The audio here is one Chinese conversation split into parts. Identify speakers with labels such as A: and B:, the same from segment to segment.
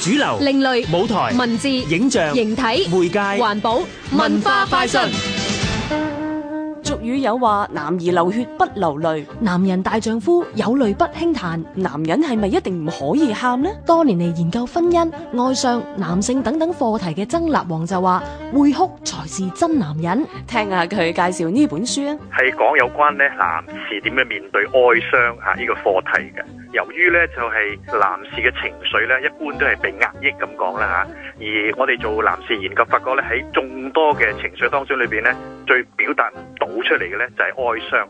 A: 主流、
B: 另類
A: 舞台、
B: 文字、
A: 影像、
B: 形體、
A: 媒介、
B: 環保、文化快訊。
C: 俗語有話：男兒流血不流淚，
D: 男人大丈夫有淚不輕彈。
C: 男人係咪一定唔可以喊呢？
D: 多年嚟研究婚姻、愛上、男性等等課題嘅曾立王就話：會哭才是真男人。
C: 聽下佢介紹呢本書啊！
E: 係講有關咧男士點樣面對哀傷啊呢個課題嘅。由於咧就係男士嘅情緒咧，一般都係被壓抑咁講啦嚇。而我哋做男士研究發覺咧，喺眾多嘅情緒當中裏邊咧，最表達唔到出嚟嘅咧就係哀傷。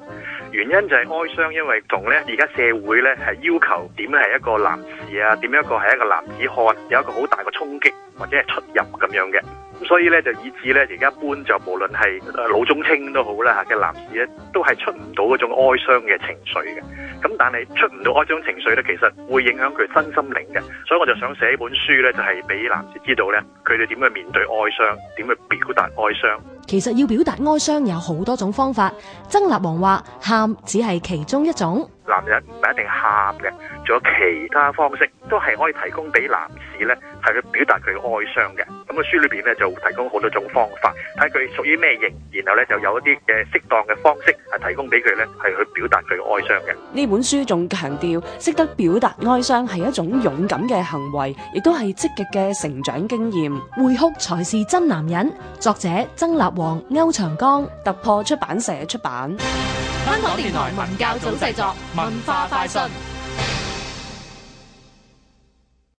E: 原因就係哀傷，因為同咧而家社會咧係要求點樣係一個男士啊，點樣一個係一個男子漢，有一個好大嘅衝擊或者係出入咁樣嘅。咁所以咧就以致咧而家一般就無論係誒老中青都好啦嚇嘅男士咧，都係出唔到嗰種哀傷嘅情緒嘅。咁但係出唔到哀傷情緒咧，其實會影響佢身心靈嘅。所以我就想寫本書咧，就係俾男士知道咧，佢哋點去面對哀傷，點去表達哀傷。
D: 其實要表達哀傷有好多種方法，曾立王話：喊只係其中一種。
E: 男人唔係一定喊嘅，仲有其他方式都係可以提供俾男士咧，係去表達佢嘅哀傷嘅。咁個書裏邊咧就提供好多種方法，睇佢屬於咩型，然後咧就有一啲嘅適當嘅方式係提供俾佢咧，係去表達佢嘅哀傷嘅。
C: 呢本書仲強調，識得表達哀傷係一種勇敢嘅行為，亦都係積極嘅成長經驗。
D: 會哭才是真男人。作者曾立王、歐長江。
C: 突破出版社出版。
B: 香港電台文教組製作，文化快訊。